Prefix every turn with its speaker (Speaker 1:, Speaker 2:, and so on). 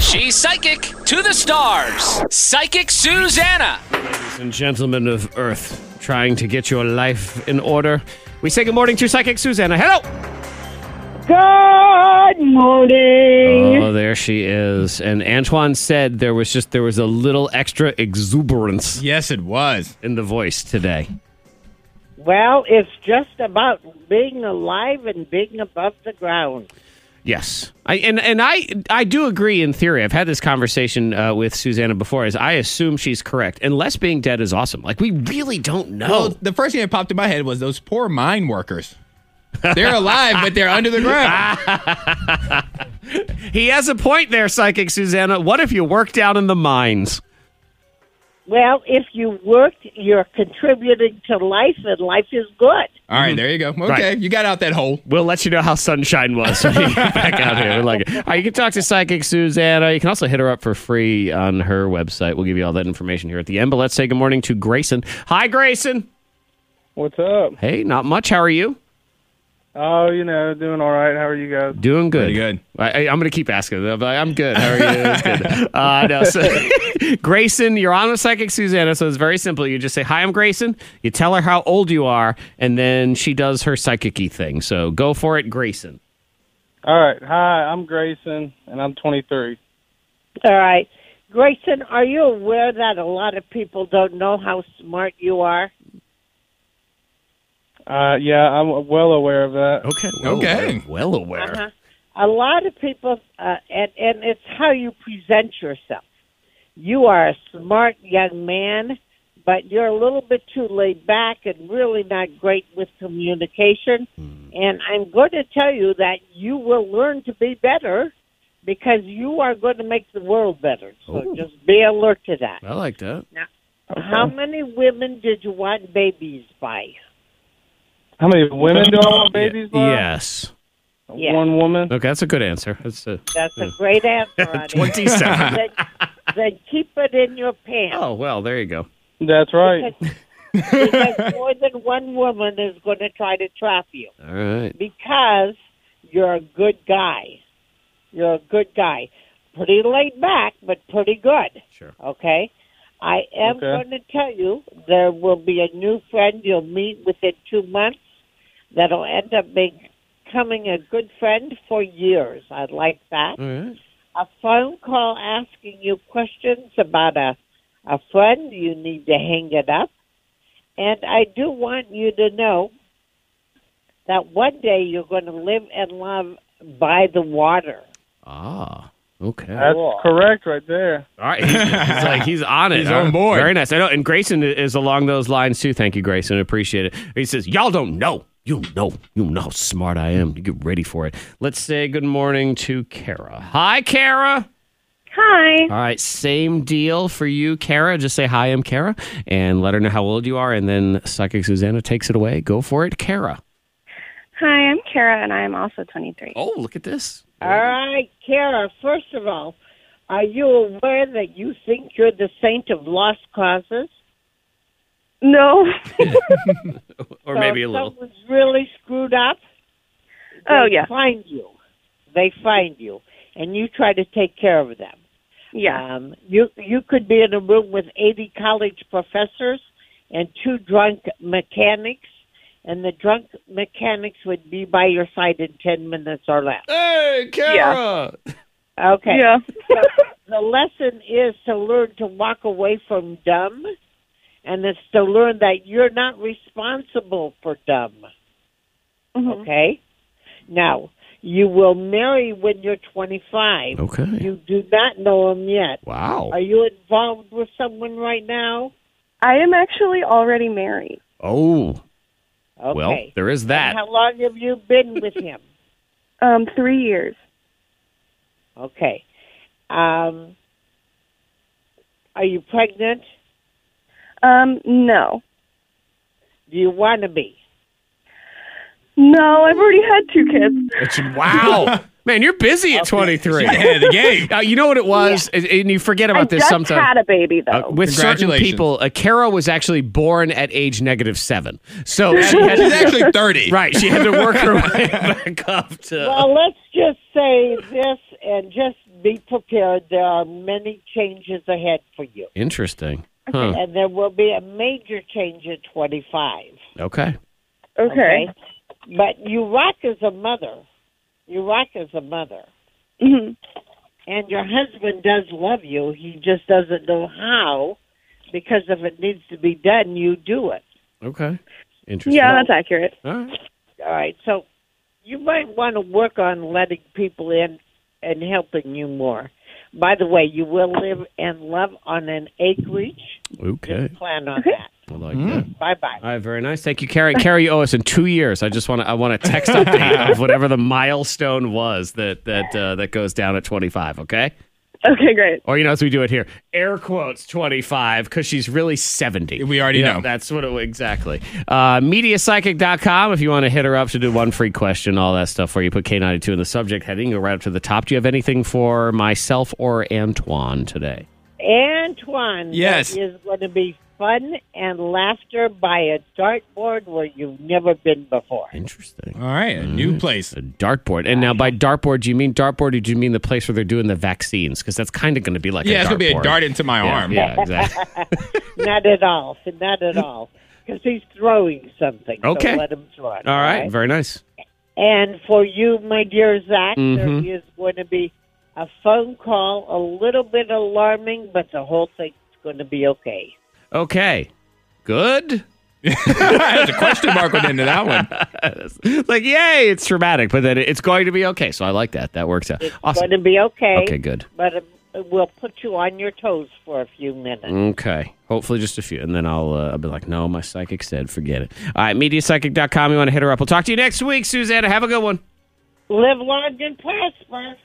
Speaker 1: She's psychic to the stars. Psychic Susanna.
Speaker 2: Ladies and gentlemen of Earth, trying to get your life in order, we say good morning to Psychic Susanna. Hello!
Speaker 3: Good morning.
Speaker 2: Oh, there she is. And Antoine said there was just there was a little extra exuberance
Speaker 4: Yes, it was.
Speaker 2: in the voice today.
Speaker 3: well, it's just about being alive and being above the ground.
Speaker 2: Yes, I and and I I do agree in theory. I've had this conversation uh, with Susanna before. Is I assume she's correct, unless being dead is awesome. Like we really don't know.
Speaker 4: Well, the first thing that popped in my head was those poor mine workers. They're alive, but they're under the ground.
Speaker 2: he has a point there, psychic Susanna. What if you work down in the mines?
Speaker 3: Well, if you work, you're contributing to life, and life is good.
Speaker 4: All right, there you go. Okay,
Speaker 2: Mm-hmm. Right.
Speaker 4: you got out that hole.
Speaker 2: We'll let you know how sunshine was when you get back out here. We're Like, all right, you can talk to psychic Susanna. You can also hit her up for free on her website. We'll give you all that information here at the end. But let's say good morning to Grayson. Hi, Grayson.
Speaker 5: What's up?
Speaker 2: Hey, not much. How are you?
Speaker 5: Oh, you know, doing all right. How are you guys?
Speaker 2: Doing good.
Speaker 4: Pretty good.
Speaker 2: I, I, am going to keep asking. I'm, like, I'm good. How are you? It's good. Uh, no, so, Grayson, you're on with Psychic Susanna, so it's very simple. You just say, Hi, I'm Grayson. You tell her how old you are, and then she does her psychic y thing. So go for it, Grayson.
Speaker 5: All right. Hi, I'm Grayson, and I'm 23.
Speaker 3: All right. Grayson, are you aware that a lot of people don't know how smart you are?
Speaker 5: Uh, yeah, I'm well aware of that.
Speaker 2: Okay.
Speaker 4: Okay.
Speaker 2: Well aware.
Speaker 3: Uh-huh. A lot of people, uh, and, and it's how you present yourself. You are a smart young man, but you're a little bit too laid back and really not great with communication. And I'm going to tell you that you will learn to be better because you are going to make the world better. So
Speaker 2: Ooh.
Speaker 3: just be alert to that.
Speaker 2: I like that.
Speaker 3: How many women did you want babies by?
Speaker 5: How many women do I want babies by?
Speaker 2: Yes.
Speaker 3: Yeah.
Speaker 5: One woman.
Speaker 2: Okay, that's a good answer. That's a
Speaker 3: That's a great answer. Honey.
Speaker 2: 27.
Speaker 3: then, then keep it in your pants.
Speaker 2: oh, well, there you go.
Speaker 5: That's right.
Speaker 3: Because- because more than one woman is going to try to trap you
Speaker 2: All right.
Speaker 3: because you're a good guy. You're a good guy. Pretty laid back, but pretty good.
Speaker 2: Sure.
Speaker 3: Okay? I am
Speaker 5: Okay.
Speaker 3: going to tell you there will be a new friend you'll meet within two months that'll end up becoming a good friend for years. I like that
Speaker 2: All right.
Speaker 3: a phone call asking you questions about a a friend, you need to hang it up. And I do want you to know that one day you're going to live and love by the water.
Speaker 2: Ah. Okay.
Speaker 5: That's
Speaker 3: Cool.
Speaker 5: correct right there.
Speaker 2: All right, he's, he's like he's on it.
Speaker 4: He's
Speaker 2: All right.
Speaker 4: on board.
Speaker 2: Very nice. I know, and Grayson is along those lines too. Thank you, Grayson. I Appreciate it. He says, "Y'all don't know. You know. You know how smart I am. You get ready for it." Let's say good morning to Kara. Hi, Kara.
Speaker 6: Hi.
Speaker 2: All right, same deal for you, Kara. Just say hi, I'm Kara, and let her know how old you are, and then Psychic Susanna takes it away. Go for it, Kara.
Speaker 6: Hi, I'm Kara, and I am also 23.
Speaker 2: Oh, look at this.
Speaker 3: All right, Kara, first of all, are you aware that you think you're the saint of lost causes?
Speaker 6: No.
Speaker 2: Or
Speaker 3: So
Speaker 2: maybe a
Speaker 3: if
Speaker 2: little.
Speaker 3: Someone's really screwed up.
Speaker 6: Oh,
Speaker 3: they
Speaker 6: yeah.
Speaker 3: Find you. They find you, and you try to take care of them.
Speaker 6: Yeah.
Speaker 3: Um, you you could be in a room with 80 college professors and two drunk mechanics, and the drunk mechanics would be by your side in 10 minutes or less.
Speaker 2: Hey, Kara.
Speaker 3: Okay.
Speaker 6: Yeah.
Speaker 3: The lesson is to learn to walk away from dumb, and it's to learn that you're not responsible for dumb.
Speaker 6: Mhm.
Speaker 3: Mm-hmm. Okay? Now, you will marry when you're 25.
Speaker 2: Okay.
Speaker 3: You do not know him yet.
Speaker 2: Wow.
Speaker 3: Are you involved with someone right now?
Speaker 6: I am actually already married.
Speaker 2: Oh,
Speaker 3: Okay.
Speaker 2: well, there is that.
Speaker 3: And how long have you been with him?
Speaker 6: Um, three years.
Speaker 3: Okay. Um, are you pregnant?
Speaker 6: Um, no.
Speaker 3: Do you want to be?
Speaker 6: No, I've already had two kids.
Speaker 2: It's, wow, man, you're busy at 23.
Speaker 4: Yeah, the game.
Speaker 2: Uh, you know what it was, and- and you forget about
Speaker 6: I
Speaker 2: this
Speaker 6: just
Speaker 2: sometimes.
Speaker 6: had a baby, though.
Speaker 2: Uh, with certain
Speaker 4: Congratulations.
Speaker 2: people, uh, Kara was actually born at age negative seven, so she had
Speaker 4: She's
Speaker 2: to,
Speaker 4: actually 30.
Speaker 2: right, she had to work her way back up to.
Speaker 3: Well, let's just say this and just be prepared. There are many changes ahead for you.
Speaker 2: Interesting. Huh.
Speaker 3: And there will be a major change at 25.
Speaker 2: Okay.
Speaker 6: Okay.
Speaker 3: But you rock as a mother. You rock as a mother.
Speaker 6: Mhm.
Speaker 3: And your husband does love you. He just doesn't know how because if it needs to be done, you do it.
Speaker 2: Okay. Interesting.
Speaker 6: Yeah, that's accurate.
Speaker 2: All right.
Speaker 3: All right. So you might want to work on letting people in and helping you more. By the way, you will live and love on an acreage.
Speaker 2: Okay.
Speaker 3: Just plan on that.
Speaker 2: I
Speaker 4: Hmm.
Speaker 2: like that.
Speaker 3: Bye bye.
Speaker 2: All right, very nice. Thank you, Carrie. Carrie, you owe us in two years. I just want to I want a text update of whatever the milestone was that that uh, that goes down at twenty five. Okay,
Speaker 6: Okay, great.
Speaker 2: or you know as we do it here, air quotes twenty five because she's really seventy.
Speaker 4: We already
Speaker 2: You know,
Speaker 4: know.
Speaker 2: that's what it, exactly. Uh, MediaPsychic.com if you want to hit her up to do one free question, all that stuff. Where you put K ninety two in the subject heading, go right up to the top. Do you have anything for myself or Antoine today?
Speaker 3: Antoine,
Speaker 4: Yes.
Speaker 3: there is going to be fun and laughter by a dartboard where you've never been before.
Speaker 2: Interesting.
Speaker 4: All right, a
Speaker 2: Mm-hmm.
Speaker 4: new place.
Speaker 2: A dartboard. And now by dartboard, do you mean dartboard or do you mean the place where they're doing the vaccines? Because that's kind of going to be like
Speaker 4: yeah,
Speaker 2: a
Speaker 4: it's
Speaker 2: dartboard.
Speaker 4: gonna be a dart into my
Speaker 2: yeah,
Speaker 4: arm.
Speaker 2: Yeah, exactly.
Speaker 3: Not at all. Not at all. Because he's throwing something. so
Speaker 2: Okay.
Speaker 3: let him throw it.
Speaker 2: All right. Very nice.
Speaker 3: And for you, my dear Zach,
Speaker 2: Mhm.
Speaker 3: there is going to be a phone call, a little bit alarming, but the whole thing's going to be okay.
Speaker 2: Okay. Good.
Speaker 4: There's a question mark went into that one.
Speaker 2: Like, yay, it's traumatic, but then it- it's going to be okay. So I like that. That works out. Awesome.
Speaker 3: Going to be okay.
Speaker 2: Okay, good.
Speaker 3: But it, it will put you on your toes for a few minutes.
Speaker 2: Okay. Hopefully, just a few. And then I'll, uh, I'll be like, no, my psychic said, forget it. All right. MediaPsychic.com. You want to hit her up. We'll talk to you next week, Susanna. Have a good one.
Speaker 3: Live long and prosper.